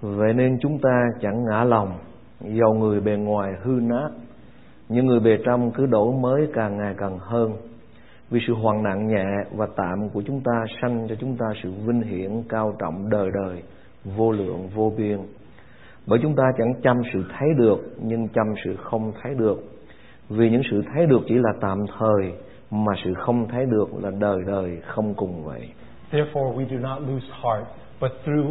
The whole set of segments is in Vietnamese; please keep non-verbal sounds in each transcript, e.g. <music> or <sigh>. vậy nên chúng ta chẳng ngã lòng dầu người bề ngoài hư nát nhưng người bề trong cứ đổi mới càng ngày càng hơn vì sự hoàn nạn nhẹ và tạm của chúng ta sanh cho chúng ta sự vinh hiển cao trọng đời đời vô lượng vô biên bởi chúng ta chẳng chăm sự thấy được nhưng chăm sự không thấy được vì những sự thấy được chỉ là tạm thời mà sự không thấy được là đời đời không cùng vậy Therefore, we do not lose heart, but through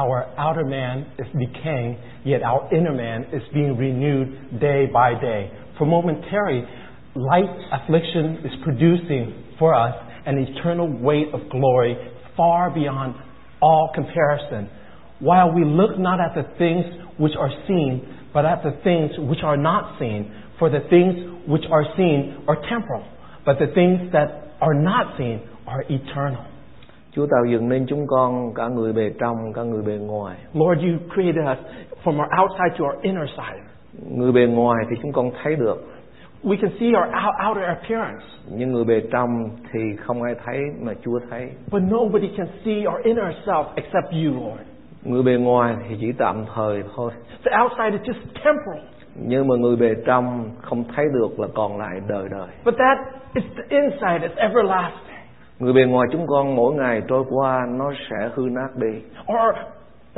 our outer man is decaying, yet our inner man is being renewed day by day. For momentary light affliction is producing for us an eternal weight of glory far beyond all comparison. While we look not at the things which are seen, but at the things which are not seen, for the things which are seen are temporal, but the things that are not seen are eternal. Chúa tạo dựng nên chúng con cả người bề trong cả người bề ngoài Lord, you created us from our outside to our inner side. người bề ngoài thì chúng con thấy được We can see our out- outer appearance, nhưng người bề trong thì không ai thấy mà Chúa thấy but nobody can see our inner self except you, Lord. người bề ngoài thì chỉ tạm thời thôi The outside is just temporal, nhưng mà người bề trong không thấy được là còn lại đời đời but that is the inside, it's everlasting. người bề ngoài chúng con mỗi ngày trôi qua nó sẽ hư nát đi Our,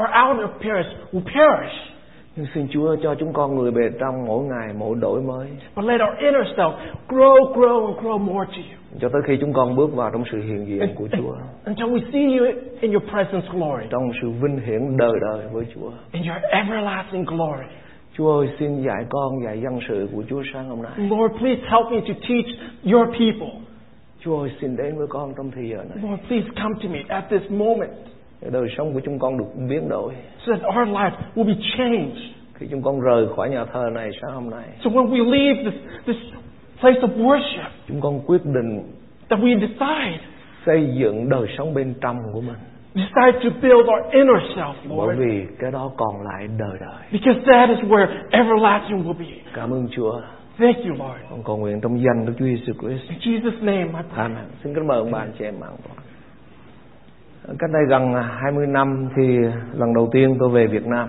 our outer appearance will perish, nhưng xin Chúa cho chúng con người bề trong mỗi ngày mỗi đổi mới but let our inner self grow, grow, and grow more to you cho tới khi chúng con bước vào trong sự hiện diện của Chúa until we see you in your presence glory, trong sự vinh hiển đời đời với Chúa in your everlasting glory. Chúa ơi xin dạy con dạy dân sự của Chúa sáng hôm nay Lord, please help me to teach your people. Chúa ơi xin đến với con trong thời giờ này Lord, please come to me at this moment để đời sống của chúng con được biến đổi so that our lives will be changed. khi chúng con rời khỏi nhà thờ này sáng hôm nay So when we leave this, this place of worship, chúng con quyết định that we decide, xây dựng đời sống bên trong của mình decide to build our inner self, bởi Lord, vì cái đó còn lại đời đời because that is where everlasting will be. cảm ơn Chúa Thank you, Lord. con cầu nguyện trong danh Đức Chúa Giêsu Christ In Jesus' name, I pray. Amen xin kính mời ông bà anh chị em mạng cách đây gần 20 năm thì lần đầu tiên tôi về Việt Nam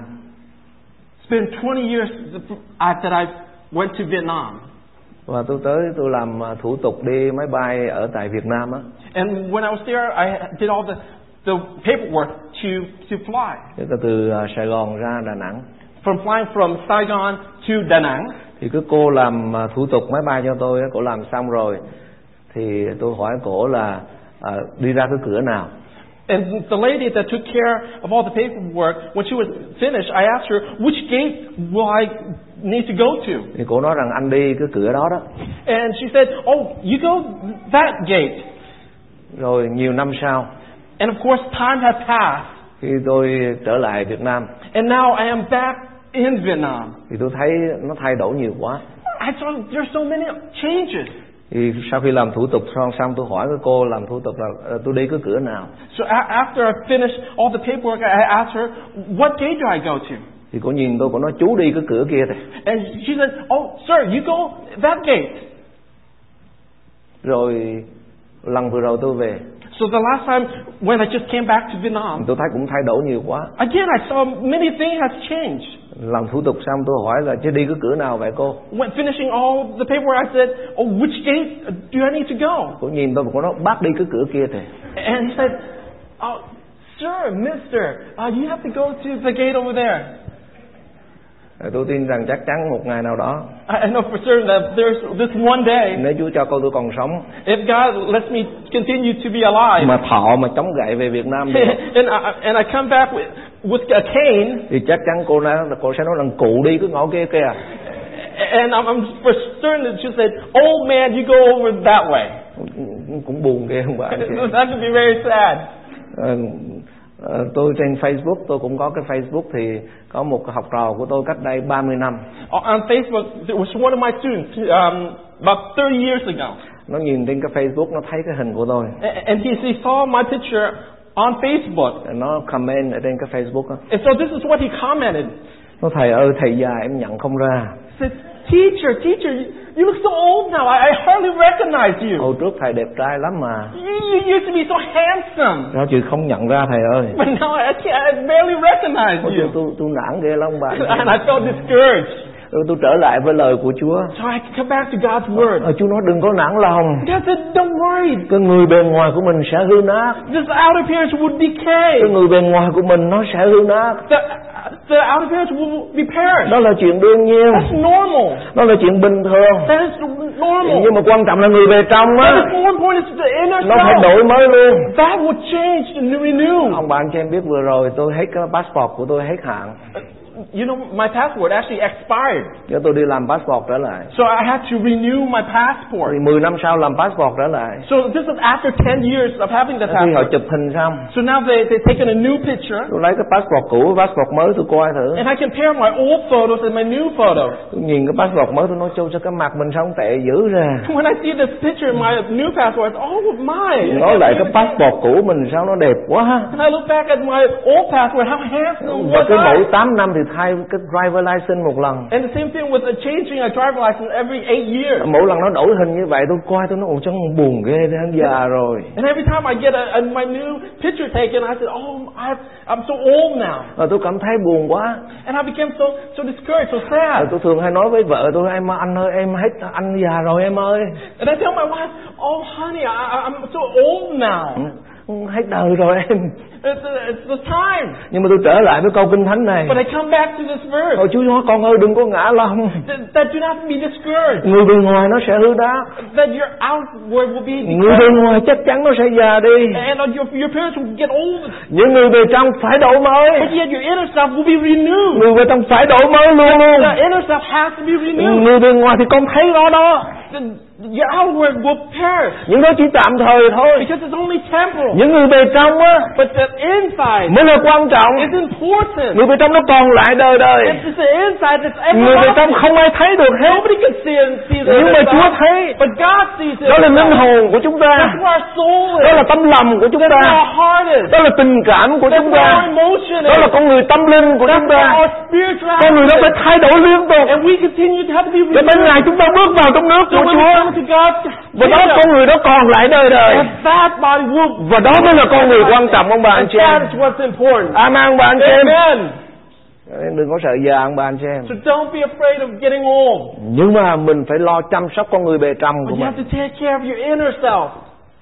It's been 20 years th- I- that I went to Vietnam. và tôi tới tôi làm à, thủ tục đi máy bay ở tại Việt Nam á And when I was there, I did all the, the paperwork to, to fly. tức là từ à, Sài Gòn ra Đà Nẵng From flying from Saigon to Da Nang, thì cứ cô làm à, thủ tục máy bay cho tôi á, cô làm xong rồi thì tôi hỏi cổ là à, đi ra cái cửa nào And the lady that took care of all the paperwork, when she was finished, I asked her, which gate will I need to go to? thì cổ nói rằng anh đi cái cửa đó đó And she said, oh, you go that gate. rồi nhiều năm sau And of course, time had passed. khi tôi trở lại Việt Nam And now I am back in Vietnam. thì tôi thấy nó thay đổi nhiều quá I saw there's so many changes. thì sau khi làm thủ tục xong xong tôi hỏi cái cô làm thủ tục là "Ờ, tôi đi cái cửa nào So a- after I finished all the paperwork, I asked her, what gate do I go to? thì cô nhìn tôi cô nói chú đi cái cửa kia thì And she said, oh, sir, you go that gate. rồi lần vừa rồi tôi về So the last time when I just came back to Vietnam, tôi thấy cũng thay đổi nhiều quá Again, I saw many things has changed. làm thủ tục xong tôi hỏi là chứ đi cái cửa nào vậy cô When finishing all the paperwork, I said, oh, which gate do I need to go? cô nhìn tôi cô nói bác đi cái cửa kia thì And he said, oh, sir, mister, uh, you have to go to the gate over there. Rồi tôi tin rằng chắc chắn một ngày nào đó I, I know for certain that there's this one day, nếu Chúa cho cô tôi còn sống if God lets me continue to be alive, mà thọ mà chống gậy về Việt Nam được <laughs> and, I, and I come back with, with a cane, thì chắc chắn cô nói cô sẽ nói rằng cụ đi cái ngõ kia kìa and I'm, I'm for certain that she said, old man, you go over that way. cũng, cũng buồn ghê không bà anh chị <laughs> That would be very sad. Ờ, ờ, tôi trên Facebook tôi cũng có cái Facebook thì có một học trò của tôi cách đây 30 năm Uh, on Facebook, there was one of my students um, about 30 years ago, nó nhìn trên cái Facebook nó thấy cái hình của tôi A- and he, he saw my picture on Facebook. nó comment ở trên cái Facebook đó. And so this is what he commented. nó thầy ơi thầy già em nhận không ra He said, Teacher, teacher, you, you look so old now. I, I hardly recognize you. Hồi trước thầy đẹp trai lắm mà you. You used to be so handsome. Sao chị không nhận ra thầy ơi But now I, can't, I barely recognize Ôi, tôi, you. tôi, tôi nản ghê lắm <laughs> bạn And I felt discouraged. Rồi tôi trở lại với lời của Chúa So I had to come back to God's Word. Ờ, Chúa nói đừng có nản lòng God said, don't worry. Cái người bề ngoài của mình sẽ hư nát This outer appearance would decay. Cái người bề ngoài của mình nó sẽ hư nát The, the outer appearance will be perished. Đó là chuyện đương nhiên That's normal. Đó là chuyện bình thường That is normal. Nhưng mà quan trọng là người bề trong But á the more important is the inner Nó phải self. đổi mới luôn That will change and renew. Ông bạn cho em biết vừa rồi tôi hết cái passport của tôi hết hạn You know, my passport actually expired. Giờ tôi đi làm passport trở lại So I had to renew my Thì passport. 10 năm sau làm passport trở lại So this is after 10 years of having the Khi họ passport. chụp hình xong So now they, they've taken a new picture. Tôi lấy cái passport cũ với passport mới tôi coi thử And I compare my old photos and my new photos. <laughs> Tôi nhìn cái passport mới tôi nói Châu sao cái mặt mình sao không tệ dữ ra When I see this picture in my new passport, it's all of mine. Nói lại cái passport cũ mình sao nó đẹp quá And I look back at my old passport, how handsome Và was cứ mỗi I? 8 năm thì thay cái driver license một lần And the same thing with uh, changing a driver license every eight years. Mỗi lần nó đổi hình như vậy tôi coi tôi nói Ồ chắc con buồn ghê thế anh già rồi And every time I get a, a, my new picture taken, I said, "Oh, I, I'm so old now," Rồi tôi cảm thấy buồn quá and I became so so discouraged, so Rồi sad. tôi thường hay nói với vợ tôi Em anh ơi em hết anh già rồi em ơi And I tell my wife, "Oh, honey, I, I- I'm so old now. Hết đời rồi em It's, it's the time." Nhưng mà tôi trở lại với câu kinh thánh này But I come back to this verse Rồi Chúa nói con ơi đừng có ngã lòng that, that do not be discouraged. Người bề ngoài nó sẽ hư đá That your outward will be, Người bề ngoài chắc chắn nó sẽ già đi and your your parents will get old, Những người bề trong phải đổi mới but yet your inner self will be renewed. Người bề trong phải đổi mới luôn luôn The inner self has to be renewed. Người bề ngoài thì con thấy đó đó The, your outward will perish Những đó chỉ tạm thời thôi because it's only temporal. Những người bề trong á But the inside mới là quan trọng It's important. Người bề trong nó còn lại đời đời It's just the inside that's Người bề trong everlasting. không ai thấy được hết Nobody can see it, see the Nhưng mà inside. Chúa thấy But God sees it. Đó là linh hồn của chúng ta That's where our soul is. Đó là tâm lòng của chúng That's where ta our heart is. Đó là tình cảm của That's chúng where our ta emotion Đó is. là con người tâm linh của That's chúng where ta our spirituality Con người đó phải is. thay đổi liên tục And we continue to have to be Cho đến renewed. ngày chúng ta bước vào trong nước So của when we Chúa come to God, Và đó Dạ. con người đó còn lại đời đời that body will Và đó mới là con người quan trọng ông bà anh And chị that em is what's important. Amen ông bà anh chị em Amen. Đừng có sợ già ông bà anh chị em So don't be afraid of getting old. Nhưng mà mình phải lo chăm sóc con người bề trong của But you mình have to take care of your inner self.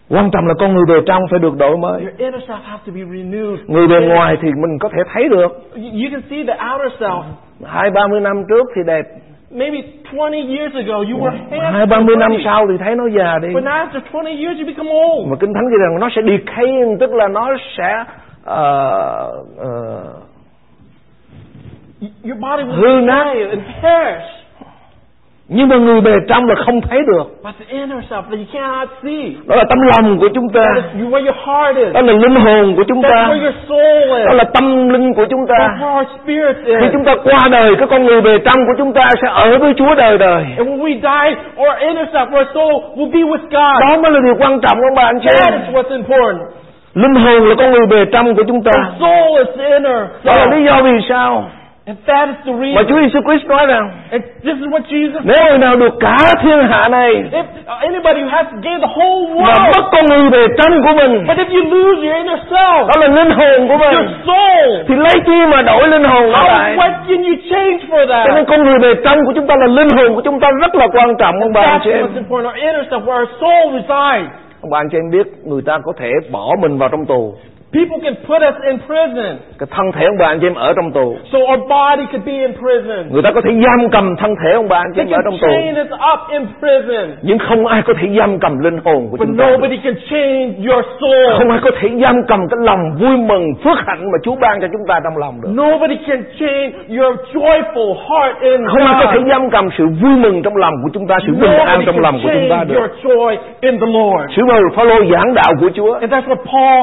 Quan trọng là con người bề trong phải được đổi mới Your inner self has to be renewed. Người bề ngoài thì mình có thể thấy được You you can see the outer self. Hai ba mươi năm trước thì đẹp Maybe 20 years ago you were Hai handsome. ba mươi năm pretty. sau thì thấy nó già đi But now after 20 years you become old. Mà Kinh Thánh ghi rằng nó sẽ decay Tức là nó sẽ ờ, ờ, Y- Your body will Hư nát. decay and perish. Nhưng mà người bề trong là không thấy được But the inner self that you cannot see. Đó là tấm lòng của chúng ta That is where your heart is. Đó là linh hồn của chúng That's ta where your soul Đó is. là tâm linh của chúng That's ta where our spirit Khi is. chúng ta qua đời Cái con người bề trong của chúng ta sẽ ở với Chúa đời đời And when we die, our inner self, our soul will be with God. Đó mới là điều quan trọng ông bà anh chị That em is what's important. Linh hồn là con người bề trong của chúng The ta soul is the inner Đó là lý self. do vì sao And that is the Mà reason. Chúa Giêsu Christ nói rằng And this is what Jesus Nếu người nào được cả thiên hạ này If uh, anybody who has to gain the whole Mà world, mất con người bề trong của mình but if you lose your inner self, Đó là linh hồn của your mình soul, Thì lấy chi mà đổi linh hồn nó how, lại what can you change for Cho nên that? con người bề trong của chúng ta là linh hồn của chúng ta rất là quan trọng ông bà anh That's chị em what's important. Our inner self, where our soul resides. Ông bà anh chị em biết người ta có thể bỏ mình vào trong tù People can put us in prison, Cái thân thể ông bà anh chị em ở trong tù so our body could be in prison. Người ta có thể giam cầm thân thể ông bà anh chị They em ở can trong tù chain us up in prison, Nhưng không ai có thể giam cầm linh hồn của but chúng ta nobody can change your soul. Không ai có thể giam cầm cái lòng vui mừng phước hạnh mà Chúa ban cho chúng ta trong lòng được Nobody can change your joyful heart in Không ai có thể God. giam cầm sự vui mừng trong lòng của chúng ta Sự bình an Nobody trong lòng can của chúng ta change được your joy in the Lord. Sự mà Phaolô giảng đạo của Chúa And that's what Paul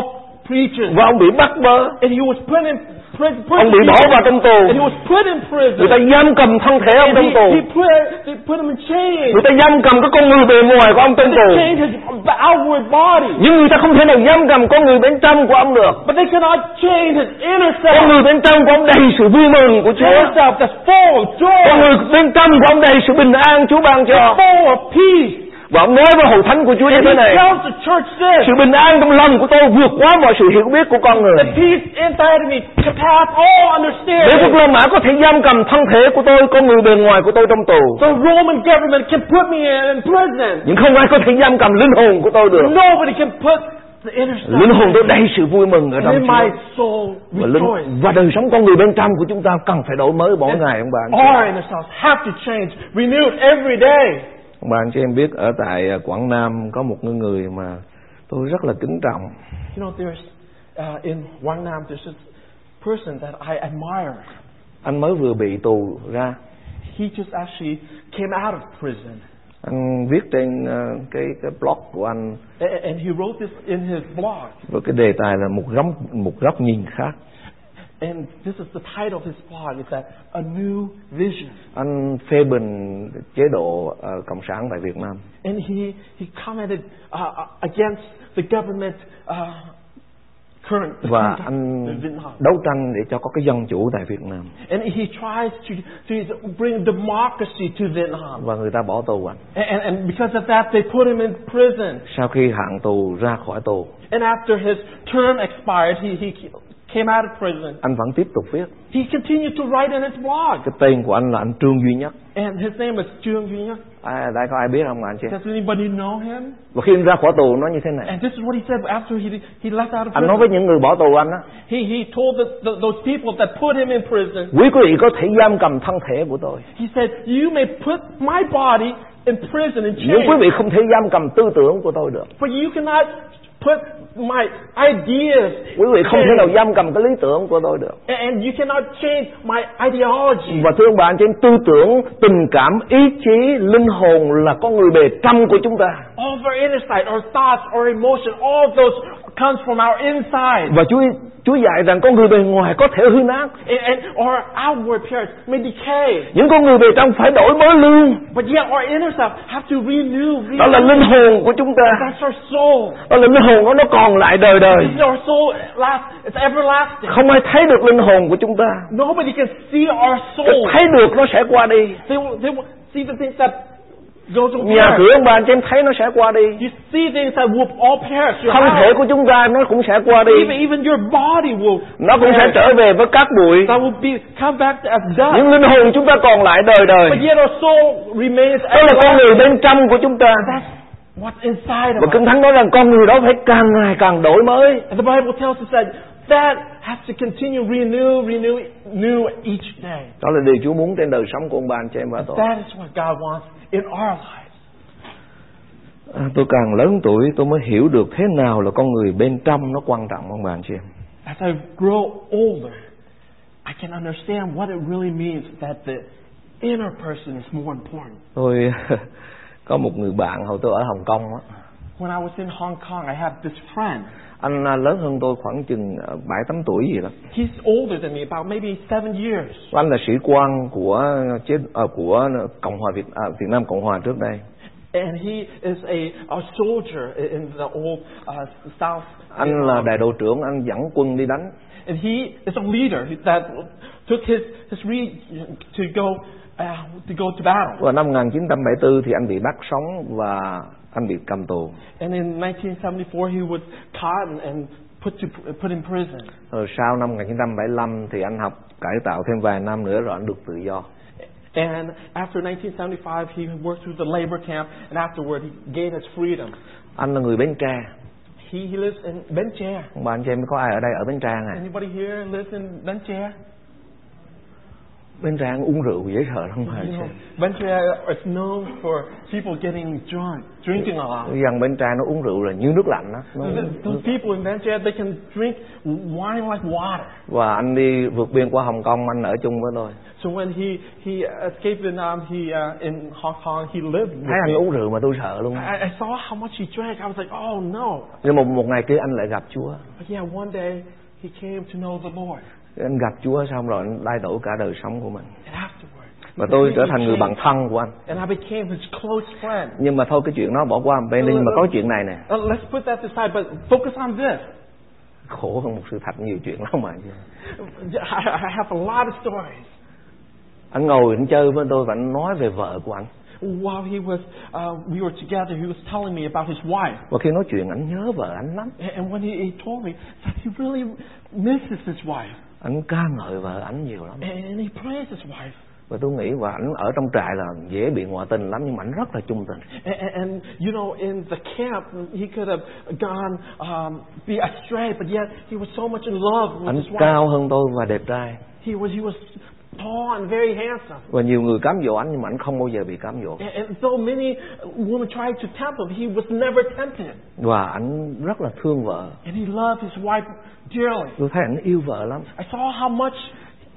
preachers. và ông bị bắt bớ And he was put in prison. ông bị bỏ vào trong tù And he was put in prison. người ta giam cầm thân thể ông and trong he, tù he put, they put him in chains. người ta giam cầm cái con người bề ngoài của ông trong They tù chained his outward body. nhưng người ta không thể nào giam cầm con người bên trong của ông được But they cannot change his inner con self. người bên trong của ông đầy sự vui mừng của His inner Chúa self that's full of joy. con người bên trong của ông đầy sự bình an Chúa ban cho Full of peace. và ông nói với hội thánh của Chúa như And thế he này tells the church this. sự bình an trong lòng của tôi vượt quá mọi sự hiểu biết của con người The peace inside of me can pass all Đế quốc understanding. Lô Mã có thể giam cầm thân thể của tôi, con người bề ngoài của tôi trong tù. The Roman government can put me in, in prison. Nhưng không ai có thể giam cầm linh hồn của tôi được. Nobody can put the inner Linh self. hồn tôi đầy sự vui mừng ở trong And in my Chúa. soul Và, rejoice. linh, và đời sống con người bên trong của chúng ta cần phải đổi mới mỗi ngày ông bà anh chị. Our inner selves have to change, renewed every day. Ông bà anh chị em biết ở tại à, Quảng Nam có một người người mà tôi rất là kính trọng. You know, there's uh, in Wang Nam, there's this person that I admire. Anh mới vừa bị tù ra. He just actually came out of prison, Anh viết trên à, cái cái blog của anh A- a- and he wrote this in his blog. với cái đề tài là một góc một góc nhìn khác. And this is the title of his blog: is that a new vision. Anh phê bình chế độ ờ, cộng sản tại Việt Nam. And he he commented uh, uh, against the government uh, current the và current anh government of Vietnam. đấu tranh để cho có cái dân chủ tại Việt Nam And he tries to to bring democracy to Vietnam. và người ta bỏ tù anh And, and because of that, they put him in prison. sau khi hạn tù ra khỏi tù And after his term expired, he, he came out of prison. anh vẫn tiếp tục viết He continued to write in his blog. cái tên của anh là anh Trương duy nhất And his name is Jung Junior. à, đây có ai biết không anh chị Does anybody know him? và khi anh ra khỏi tù nó như thế này And this is what he said after he, he left out of anh nói prison. với những người bỏ tù anh á He, he told the, the, those people that put him in prison, quý quý vị có thể giam cầm thân thể của tôi he said, You may put my body in prison in nhưng quý chains, vị không thể giam cầm tư tưởng của tôi được but you cannot put my ideas quý vị in không thể nào chains, giam cầm cái lý tưởng của tôi được and you cannot change my ideology. và thưa ông bà anh chị em, tư tưởng tình cảm ý chí linh hồn là con người bề trong của chúng ta All of our insight, our thoughts, our emotion, all of those comes from our inside. Và Chúa Chúa dạy rằng con người bề ngoài có thể hư nát, And, and our outward appearance may decay. những con người bề trong phải đổi mới luôn. But yet our inner self have to renew. Đó là renew. linh hồn của chúng ta, That's our soul. đó là linh hồn của nó còn lại đời đời. This is our soul last. It's everlasting. Không ai thấy được linh hồn của chúng ta. Nobody can see our Cái soul. thấy được nó sẽ qua đi. They will, they will see the things that go to Nhà cửa perish. ông bà anh chị em thấy nó sẽ qua đi. You see things that will all perish. Your Thân thể house, của chúng ta nó cũng sẽ qua đi. even even your body will. Nó cũng sẽ perish. trở về với các bụi. That will be come back as dust. Những linh hồn chúng ta còn lại đời đời. But yet our soul remains. Đó là con everlasting. người bên trong của chúng ta. That's what's inside Và of us. Kinh Thánh nói rằng con người đó phải càng ngày càng đổi mới. And the Bible tells us that that has to continue renew, renew, new each day. Đó là điều Chúa muốn trên đời sống của ông bà anh chị em và tôi. That is what God wants in our lives. À, tôi càng lớn tuổi tôi mới hiểu được thế nào là con người bên trong nó quan trọng ông bà anh chị em. As I grow older, I can understand what it really means that the inner person is more important. Tôi <laughs> có một người bạn hồi tôi ở Hồng Kông á, When I was in Hong Kong, I had this friend. anh à, lớn hơn tôi khoảng chừng à, bảy tám tuổi gì đó. He's older than me, about maybe seven years. Và Anh là sĩ quan của chế à, của Cộng hòa Việt à, Việt Nam Cộng hòa trước đây. And he is a, a soldier i- in the old uh, South. Anh là đại đội trưởng, anh dẫn quân đi đánh. And he is a leader that took his, his region to go, uh, to go to battle. Và năm 1974 thì anh bị bắt sống và anh bị cầm tù. And in 1974, he was caught and, and put, to, put in prison. Rồi sau năm 1975 thì anh học cải tạo thêm vài năm nữa rồi anh được tự do. And after 1975, he worked through the labor camp, and afterward, he gained his freedom. Anh là người Bến Tre. He, he lives in Benchair. Ông bà anh chị em có ai ở đây ở Bến Tre này? Anybody here lives in Benchair? Bến Tre ăn uống rượu dễ sợ lắm mà You know, Benchair is known for people getting drunk, drinking a lot. Dân Bến Tre nó uống rượu là như nước lạnh đó. Nó- Th- Those people in Benchair, they can drink wine like water. Và anh đi vượt biên qua Hồng Kông anh ở chung với tôi. So when he, he escaped Vietnam, he, uh, in Hong Kong, he lived with thấy anh me. uống rượu mà tôi sợ luôn I, I saw how much he drank. I was like, oh no. nhưng mà một ngày kia anh lại gặp Chúa But yeah, one day he came to know the Lord. anh gặp Chúa xong rồi anh thay đổi cả đời sống của mình And afterward, và tôi trở thành người bạn thân của anh and I became his close friend. nhưng mà thôi cái chuyện đó bỏ qua một Ừ, bên đi nhưng mà có chuyện này nè Uh, let's put that aside, but focus on this. khổ hơn một sự thật nhiều chuyện lắm mà I, I have a lot of stories. anh ngồi anh chơi với tôi và anh nói về vợ của anh While he was, uh, we were together, he was telling me about his wife. và khi nói chuyện anh nhớ vợ anh lắm And and when he, he told me that he really misses his wife anh ca ngợi vợ anh nhiều lắm and he praises his wife. và tôi nghĩ và ảnh ở trong trại là dễ bị ngoại tình lắm nhưng mà ảnh rất là trung tình And, and, and, you know, in the camp, he could have gone um, be astray, but yet he was so much in love with anh his wife. cao hơn tôi và đẹp trai He was, he was tall and very handsome. và nhiều người cám dỗ ảnh nhưng mà ảnh không bao giờ bị cám dỗ And, and though many women tried to tempt him, he was never tempted. và ảnh rất là thương vợ And he loved his wife dearly. tôi thấy ảnh yêu vợ lắm I saw how much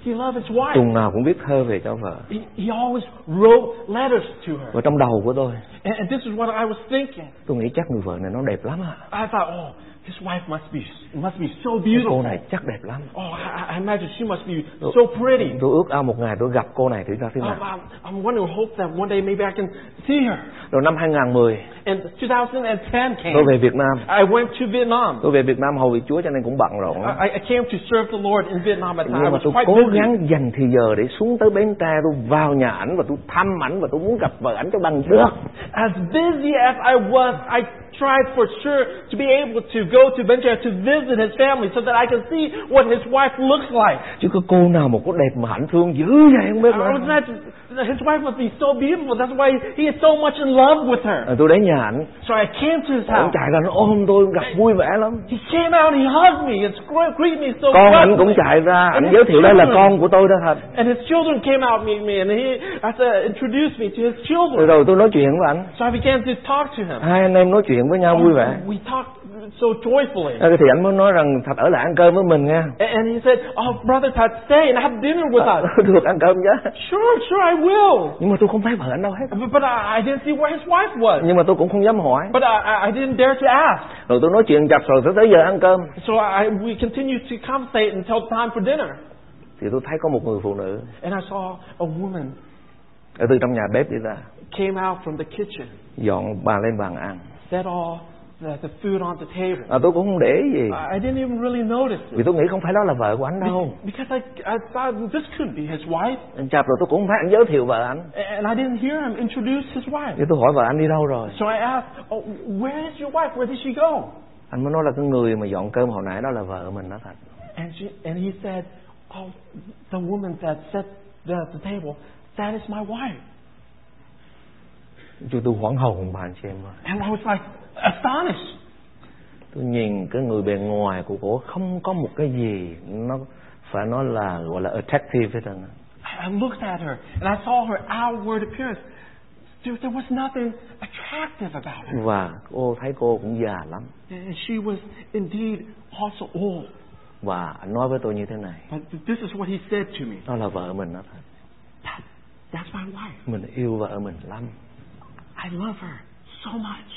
he loved his wife. tuần nào cũng viết thơ về cho vợ He, he always wrote letters to her. và trong đầu của tôi And, and this is what I was thinking. tôi nghĩ chắc người vợ này nó đẹp lắm à I thought, oh, his wife must be must be so Cái cô beautiful. này chắc đẹp lắm Oh, I, I imagine she must be so pretty. tôi ước ao một ngày tôi gặp cô này thử ra thế I'm, nào I'm, Oh, I'm wondering, hope that one day maybe I can see her. rồi năm 2010 And 2010 tôi came. về Việt Nam I went to Vietnam. tôi về Việt Nam hầu vị Chúa cho nên cũng bận rộn lắm I, I came to serve the Lord in Vietnam at the time. I nhưng mà was tôi quite cố busy. gắng dành thì giờ để xuống tới bến tre tôi vào nhà ảnh và tôi thăm ảnh và tôi muốn gặp vợ ảnh cho bằng được As busy as I was, I tried for sure to be able to go to Benjamin to visit his family so that I can see what his wife looks like. chứ có cô nào mà có đẹp mà hạnh thương dữ vậy không biết I was nữa not, his wife must be so beautiful. That's why he is so much in love with her. Rồi Ờ, tôi đến nhà ảnh So I came to his ảnh house. chạy ra nó ôm tôi gặp vui vẻ lắm He came out, he hugged me, and scr- greeted me so con ảnh cũng warmly. chạy ra ảnh giới thiệu đây là con của tôi đó thật And his children came out meet me, and he I said, introduced me to his rồi, children. rồi tôi nói chuyện với ảnh So I began to talk to him. hai anh em nói chuyện với nhau vui vẻ We talked so joyfully. Ờ, thì ảnh mới nói rằng thật ở lại ăn cơm với mình nha And- And he said, Oh, Brother Todd, stay and have dinner <laughs> with us. được ăn Ờ, cơm chứ Sure, sure, I will. nhưng mà tôi không thấy vợ ảnh đâu hết But, but I, I didn't see where his wife was. nhưng mà tôi cũng không dám hỏi But I, I- I didn't dare to ask. rồi tôi nói chuyện chặt rồi tới- tới giờ ăn cơm So I, we continued to conversate until time for dinner. thì tôi thấy có một người phụ nữ And I saw a woman ở từ trong nhà bếp đi ra came out from the kitchen, dọn bà lên bàn ăn set all the, the food on the table. à, tôi cũng không để ý gì I I didn't even really notice it. vì tôi nghĩ không phải đó là vợ của anh đâu Be- Because I, I thought this couldn't be his wife. anh chạp rồi tôi cũng không thấy anh giới thiệu vợ anh A- And I didn't hear him introduce his wife. thì tôi hỏi vợ anh đi đâu rồi So I asked, oh, Where is your wife? Where did she go? anh mới nói là cái người mà dọn cơm hồi nãy đó là vợ mình đó thật And she and he said, "Oh, the woman that set the, the table, that is my wife." chú tôi hoảng hồn bà anh chị em ơi And I was like astonished. tôi nhìn cái người bề ngoài của cổ không có một cái gì nó phải nói là gọi là attractive hết trơn á. I I looked at her and I saw her outward appearance. There, there was nothing attractive about her. và cô thấy cô cũng già lắm And she was indeed also old. và anh nói với tôi như thế này But this is what he said to me. đó là vợ mình đó thật That, that's my wife. mình yêu vợ mình lắm I love her so much.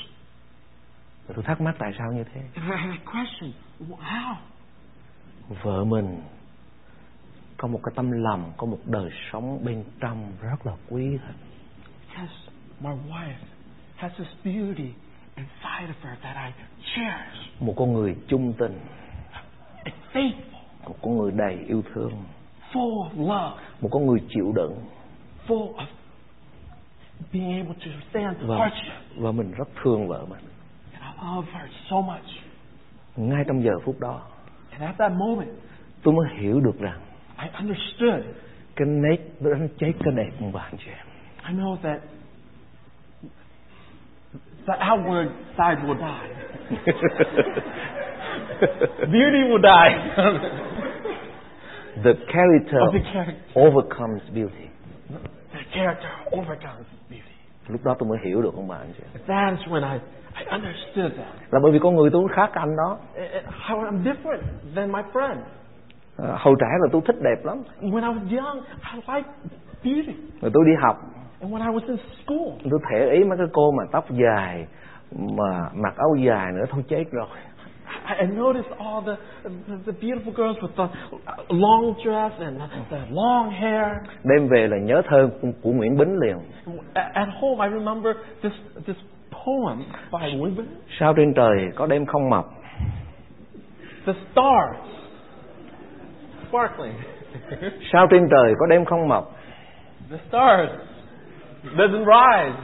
Và tôi thắc mắc tại sao như thế And I had a question. How? vợ mình có một cái tâm lòng có một đời sống bên trong rất là quý thật Because my wife has this beauty inside of her that I cherish. một con người trung tình It's faithful, một con người đầy yêu thương full of love, một con người chịu đựng full of being able to withstand và hardship. và mình rất thương vợ mình And I love her so much. ngay trong giờ phút đó And at that moment, tôi mới hiểu được rằng I understood. cái nét nó đánh cháy cái đẹp của bạn chị em I know that the outward side will die. <laughs> Beauty will die. the character of the character. overcomes beauty The character overcomes beauty. lúc đó tôi mới hiểu được không bạn chị em? That is when I, I understood that. Eh, là bởi vì con người tôi cũng khác anh đó Uh, uh, How I'm different than my friend. À, hồi trẻ là tôi thích đẹp lắm When I was young, I liked beauty. rồi tôi đi học And when I was in school, tôi thể ý mấy cái cô mà tóc dài mà mặc áo dài nữa thôi chết rồi I I noticed all the, the, the beautiful girls with the long dress and the, the long hair. đem về là nhớ thơ của- của Nguyễn Bính liền At at home, I remember this, this poem by Whitman, sao trên trời có đêm không mập The Stars, sparkling. <laughs> sao trên trời có đêm không mập the stars doesn't rise.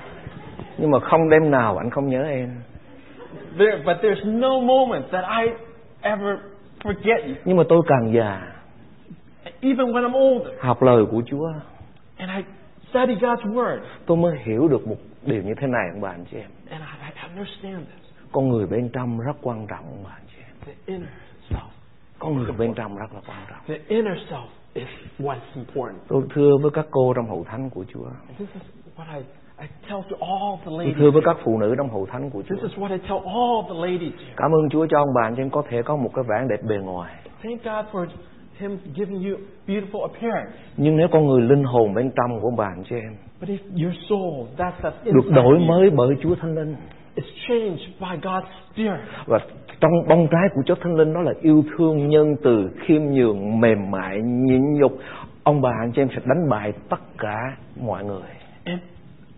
nhưng mà không đêm nào anh không nhớ em There, but there's no moment that I ever forget you, nhưng mà tôi càng già even when I'm older. học lời của Chúa And I study God's Word, tôi mới hiểu được một điều như thế này ông bà anh chị em and I, I understand this. con người bên trong rất quan trọng ông bà anh chị em The inner self. con người bên trong rất là quan trọng The inner self is what's important. tôi thưa với các cô trong hậu thánh của Chúa This is what I, I tell to all the tôi ladies. thưa với các phụ nữ trong hậu thánh của This Chúa is what I tell all the ladies here. cảm ơn Chúa cho ông bà anh chị em có thể có một cái vẻ đẹp bề ngoài Thank God for Him giving you beautiful appearance. nhưng nếu con người linh hồn bên trong của ông bà anh chị em But if your soul, that's that được inside đổi you, mới bởi Chúa Thánh Linh is changed by God's Spirit. và trong bông trái của Chúa Thánh Linh đó là yêu thương nhân từ khiêm nhường mềm mại nhịn nhục ông bà anh chị em sẽ đánh bại tất cả mọi người And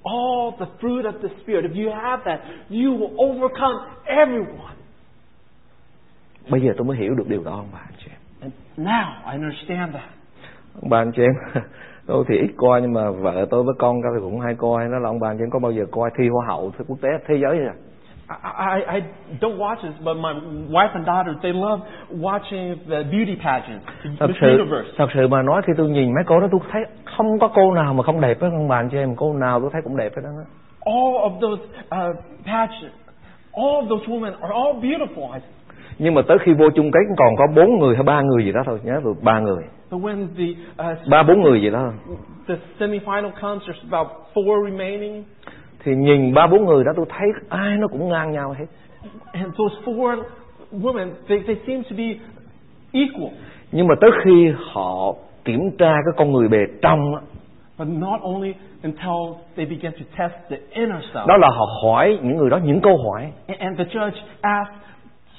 all the fruit of the Spirit, if you have that, you will overcome everyone. bây giờ tôi mới hiểu được điều đó ông bà anh chị em And now I understand that. ông bà anh chị em <laughs> tôi thì ít coi nhưng mà vợ tôi với con tôi thì cũng hay coi nó là ông bà anh chị em có bao giờ coi thi hoa hậu thi quốc tế thế giới à I, I, I don't watch this, but my wife and daughters, they love watching the beauty pageant, thật Miss sự Universe. thật sự mà nói khi tôi nhìn mấy cô đó tôi thấy không có cô nào mà không đẹp hết ông bà anh chị em cô nào tôi thấy cũng đẹp hết đó All of those uh, pageants, all of those women are all beautiful. I- nhưng mà tới khi vô chung kết còn có bốn người hay ba người gì đó thôi nhớ rồi ba người But when the uh, ba bốn người gì đó thôi. the semifinal comes, there's about four remaining, thì nhìn ba bốn người đó tôi thấy ai nó cũng ngang nhau hết and those four women, they, they seem to be equal. nhưng mà tới khi họ kiểm tra cái con người bề trong á, But not only until they begin to test the inner self. đó là họ hỏi những người đó những câu hỏi A- And the judge asks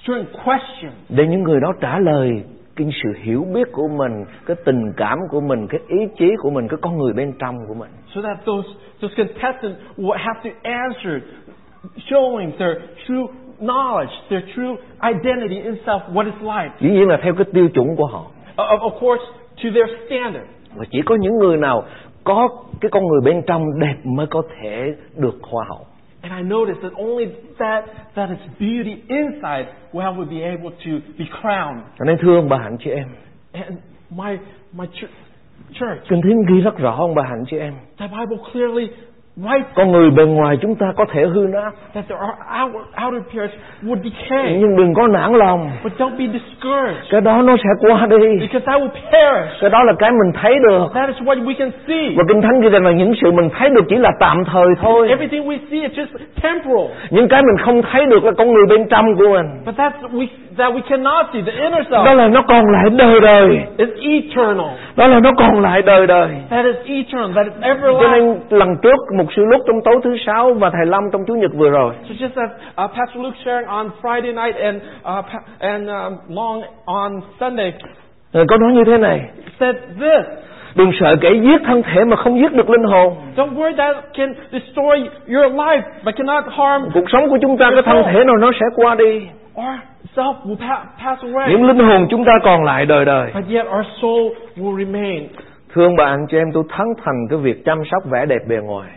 certain questions để những người đó trả lời cái sự hiểu biết của mình cái tình cảm của mình cái ý chí của mình cái con người bên trong của mình so that those, those contestants will have to answer, showing their true knowledge, their true identity in self, what it's like. dĩ nhiên là theo cái tiêu chuẩn của họ Of, of course, to their standard. và chỉ có những người nào có cái con người bên trong đẹp mới có thể được hoa hậu And I noticed that only that, that is beauty inside will would be able to be crowned. cho nên thưa ông bà hạnh chị em And my, my chur- church, kinh thánh ghi rất rõ ông bà hạnh chị em the Bible clearly writes con người bề ngoài chúng ta có thể hư nát that there are our outer appearance would decay. nhưng đừng có nản lòng But don't be discouraged, cái đó nó sẽ qua đi because I will perish. cái đó là cái mình thấy được That is what we can see. và kinh thánh ghi rằng là những sự mình thấy được chỉ là tạm thời thôi Everything we see is just temporal. những cái mình không thấy được là con người bên trong của mình But that's we that we cannot see. The inner đó self là nó còn lại đời đời is eternal. đó là nó còn lại đời đời That is eternal. That is cho everlasting. nên lần trước một sư lúc trong tối thứ sáu và thầy lâm trong chủ nhật vừa rồi So just as uh, Pastor Luke sharing on Friday night and uh, pa- and um, Long on Sunday Ngài có nói như thế này said this. đừng sợ kẻ giết thân thể mà không giết được linh hồn Don't worry that can destroy your life, but cannot harm cuộc sống của chúng ta cái thân thể nào nó sẽ qua đi our self will pa- pass away. những linh hồn chúng ta còn lại đời đời But yet our soul will remain. thưa ông bà anh chị em tôi thắng thành cái việc chăm sóc vẻ đẹp bề ngoài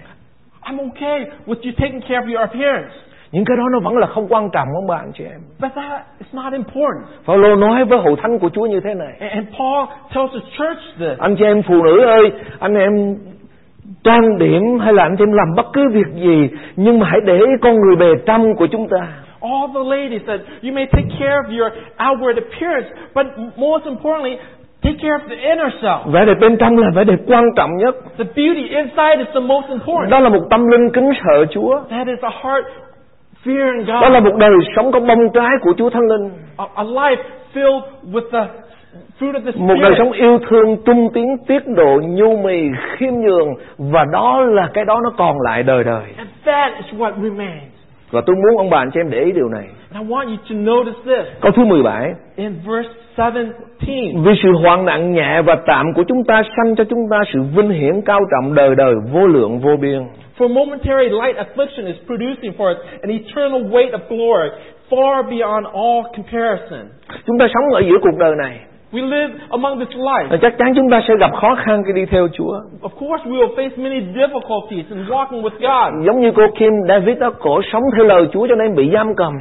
I'm okay with you taking care of your appearance. những cái đó nó vẫn là không quan trọng ông bà anh chị em But that is not important. Phaolô nói với hậu thánh của Chúa như thế này And, and Paul tells the church this. anh chị em phụ nữ ơi anh em trang điểm hay là anh chị em làm bất cứ việc gì nhưng mà hãy để ý con người bề trong của chúng ta All the ladies that you may take care of your outward appearance, but most importantly, take care of the inner self. vẻ đẹp bên trong là vẻ đẹp quan trọng nhất The beauty inside is the most important. đó là một tâm linh kính sợ Chúa That is a heart fearing đó là God, một đời sống có bông trái của Chúa Thánh Linh a, a life filled with the fruit of the một đời sống Spirit. yêu thương trung tiến tiết độ nhu mì khiêm nhường và đó là cái đó nó còn lại đời đời And that is what remains. và tôi muốn ông bà anh chị em để ý điều này And I want you to notice this câu thứ 17 in verse 17. vì sự hoạn nạn nhẹ và tạm của chúng ta sanh cho chúng ta sự vinh hiển cao trọng đời đời vô lượng vô biên For momentary light affliction is producing for us an eternal weight of glory far beyond all comparison. chúng ta sống ở giữa cuộc đời này We live among this life. chắc chắn chúng ta sẽ gặp khó khăn khi đi theo Chúa Of course, we will face many difficulties in walking with God. giống như cô Kim David đó cổ sống theo lời Chúa cho nên bị giam cầm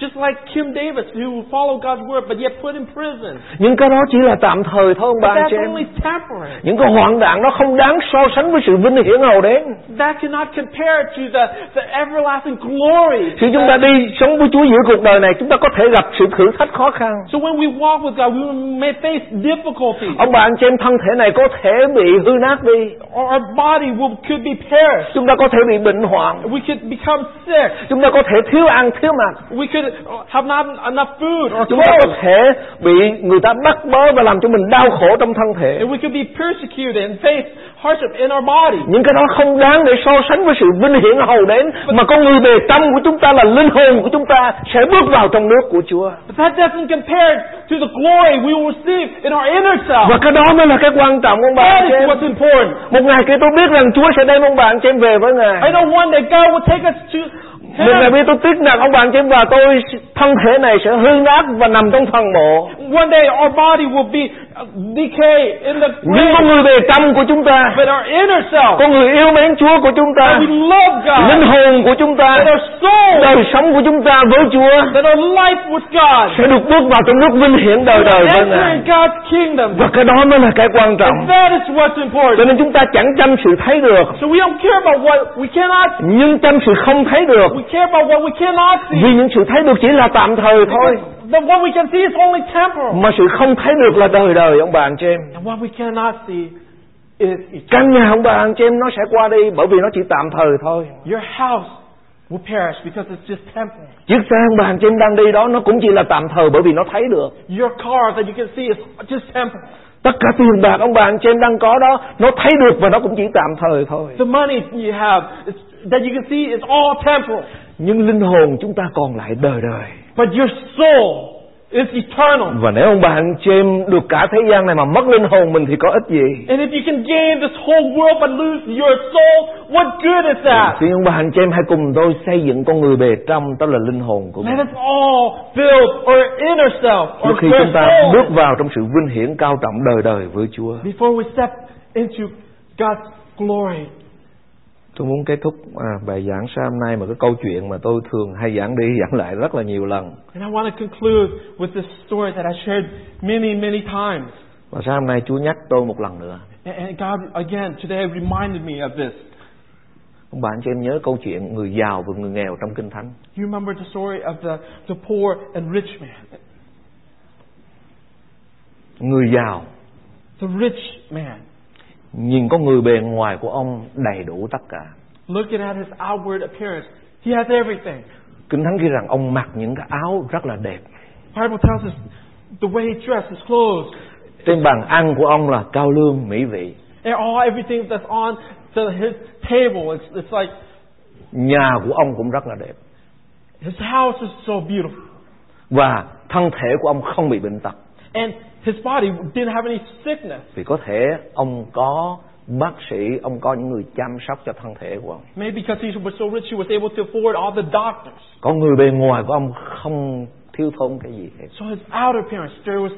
Just like Kim Davis, who followed God's word but yet put in prison. nhưng cái đó chỉ là tạm thời thôi ông bà But anh that's chị em only temporary. những cái hoạn nạn nó không đáng so sánh với sự vinh hiển hầu đến That cannot compare to the, the everlasting glory. khi chúng ta đi sống với Chúa giữa cuộc đời này chúng ta có thể gặp sự thử thách khó khăn So when we walk with God, we may face difficulties. ông bà anh chị em thân thể này có thể bị hư nát đi Our, our body will, could be perished. chúng ta có thể bị bệnh hoạn We could become sick. chúng ta có thể thiếu ăn thiếu mặc We could uh, have not enough food or chúng ta có clothes. thể bị người ta bắt bớ và làm cho mình đau khổ trong thân thể And we could be persecuted and face hardship in our body. những cái đó không đáng để so sánh với sự vinh hiển hầu đến mà con người bề tâm của chúng ta là linh hồn của chúng ta sẽ bước vào trong nước của Chúa But that doesn't compare to the glory we will receive in our inner self. và cái đó mới là cái quan trọng ông bà That anh chị is em what's important. một ngày kia tôi biết rằng Chúa sẽ đem ông bà anh chị em về với I Ngài know one day God will take us to một ngày heaven. kia tôi tiếc rằng ông bà anh chị em và tôi thân thể này sẽ hư nát và nằm trong phần mộ One day our body will be uh, decay in the nhưng con grave. người bề tâm của chúng ta But our inner self, con người yêu mến Chúa của chúng ta that we love linh God, hồn của chúng ta that our soul, đời sống của chúng ta với Chúa that our life with God, sẽ được bước vào trong nước vinh hiển đời đời với enter Ngài in God's kingdom. và cái đó mới là cái quan trọng And that is what's cho important. nên chúng ta chẳng chăm sự thấy được So we don't care about what we cannot, nhưng chăm sự không thấy được we care about what we cannot see. vì những sự thấy được chỉ là tạm thời thôi But what we can see is only temporal. mà sự không thấy được là đời đời ông bà anh chị em And what we cannot see is eternal. căn nhà ông bà anh chị em nó sẽ qua đi bởi vì nó chỉ tạm thời thôi Your house will perish because it's just temporal. chiếc xe ông bà anh chị em đang đi đó nó cũng chỉ là tạm thời bởi vì nó thấy được Your car that you can see is just temporal. tất cả tiền bạc ông bà anh chị em đang có đó nó thấy được và nó cũng chỉ tạm thời thôi The money you have is, that you can see is all temporal. nhưng linh hồn chúng ta còn lại đời đời But your soul is eternal. và nếu ông bà anh chị em được cả thế gian này mà mất linh hồn mình thì có ích gì And if you can gain this whole world but lose your soul, what good is that? Xin ông bà anh chị em hãy cùng tôi xây dựng con người bề trong đó là linh hồn của mình. Let us all build our inner self, Trước our khi inner chúng ta soul, bước vào trong sự vinh hiển cao trọng đời đời với Chúa. before we step into God's glory. Tôi muốn kết thúc à, bài giảng sáng hôm nay mà cái câu chuyện mà tôi thường hay giảng đi giảng lại rất là nhiều lần. And I want to conclude with this story that I shared many, many times. Và sáng hôm nay Chúa nhắc tôi một lần nữa. And and God, again, today reminded me of this. Ông bà anh chị em nhớ câu chuyện người giàu và người nghèo trong Kinh Thánh. You remember the story of the, the poor and rich man. Người giàu The rich man, nhìn có người bề ngoài của ông đầy đủ tất cả. looking at his outward appearance, he has everything. Kinh Thánh ghi rằng ông mặc những cái áo rất là đẹp. Bible tells us the way he dressed, his clothes, Trên bàn ăn của ông là cao lương mỹ vị. and all everything that's on the, his table. It's, it's like Nhà của ông cũng rất là đẹp. his house is so beautiful, và thân thể của ông không bị bệnh tật and his body didn't have any sickness. vì có thể ông có bác sĩ ông có những người chăm sóc cho thân thể của ông Maybe because he was so rich, he was able to afford all the doctors. có người bề ngoài của ông không thiếu thốn cái gì hết So his outer appearance, there was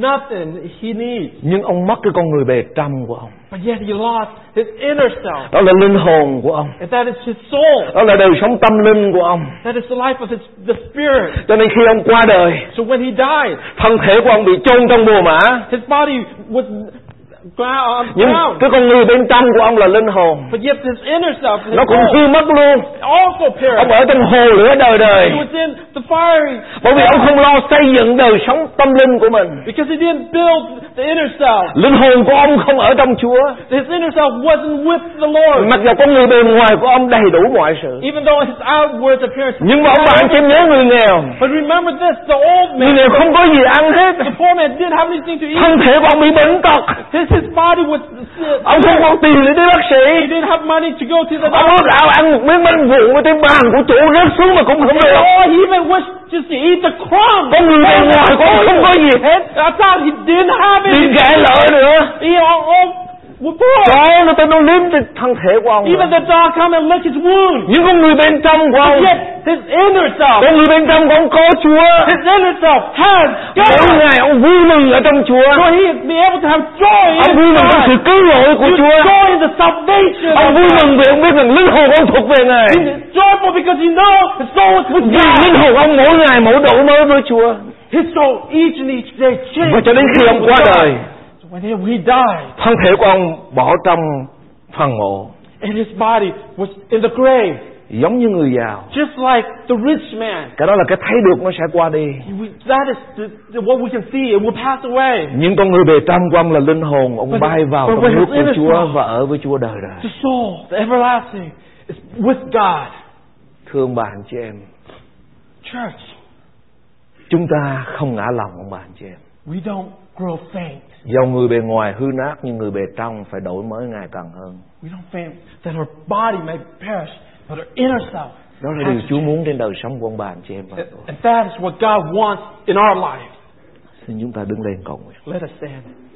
nothing he needs, nhưng ông mất cái con người bề trong của ông but yet he lost his inner self, đó là linh hồn của ông and that is his soul. đó là đời sống tâm linh của ông That is the life of his, the spirit. cho nên khi ông qua đời So when he died, thân thể của ông bị chôn trong mùa mã his body was ground, nhưng ground. cái con người bên trong của ông là linh hồn But yet this inner self, his nó cũng soul, chưa mất luôn also ông perished. ở trong hồ lửa đời đời He was in the fiery bởi vì ông không lo xây dựng đời sống tâm linh của mình because he didn't build the inner self. linh hồn của ông không ở trong chúa His inner self wasn't with the Lord, mặc dù con người bề ngoài của ông đầy đủ mọi sự even though his outward appearance. nhưng mà ông bạn chỉ nhớ người nghèo But remember this: the old người man, nghèw không có gì ăn hết the poor man, didn't have anything to eat. thân thể của ông bị bệnh tật His his body was sick. ông không có tiền để đi bác He sĩ didn't have money to go to the ông doctor. lúc nào ăn một miếng bánh vụn ở trên bàn của chủ rớt xuống mà cũng không được Oh, he even wished just to eat the crumbs. con người bề ngoài của ông không có gì hết That's how he didn't have it. tiền kẻ lợi nữa He all, all were poor. đó nó tôi nó liếm trên thân thể của ông Even the dog come and lick his wound. những con người bên trong của ông Yet his inner self, con người bên trong của ông có chúa his inner self has mỗi God. ngày ông vui mừng ở trong chúa So he is be able to have joy ông vui in mừng trong God. sự cứu rỗi của You chúa joy in the salvation. ông of vui God. mừng vì ông biết rằng linh hồn ông thuộc về ngài He is joyful because you know his soul is with vì God. linh hồn ông mỗi ngày mỗi đổi mới với chúa His soul each and each day changes. và cho đến khi ông qua đời When he, he died thân thể của ông bỏ trong phần mộ and his body was in the grave, giống như người giàu just like the rich man. cái đó là cái thấy được nó sẽ qua đi We- That is the, the, what we can see. It will pass away. nhưng con người bề trong của ông là linh hồn ông bay vào But- but trong nước when của it's Chúa not- và ở với Chúa đời đời The soul, the everlasting, is with God. thưa ông bà anh chị em Church, chúng ta không ngã lòng ông bà anh chị em we don't grow faint. dầu người bề ngoài hư nát nhưng người bề trong phải đổi mới ngày càng hơn We don't faint that our body may perish, but our inner self. đó là has điều to Chúa muốn trên đời sống của ông bà anh chị em và change. tôi And that is what God wants in our life. xin chúng ta đứng lên cầu nguyện Let us stand.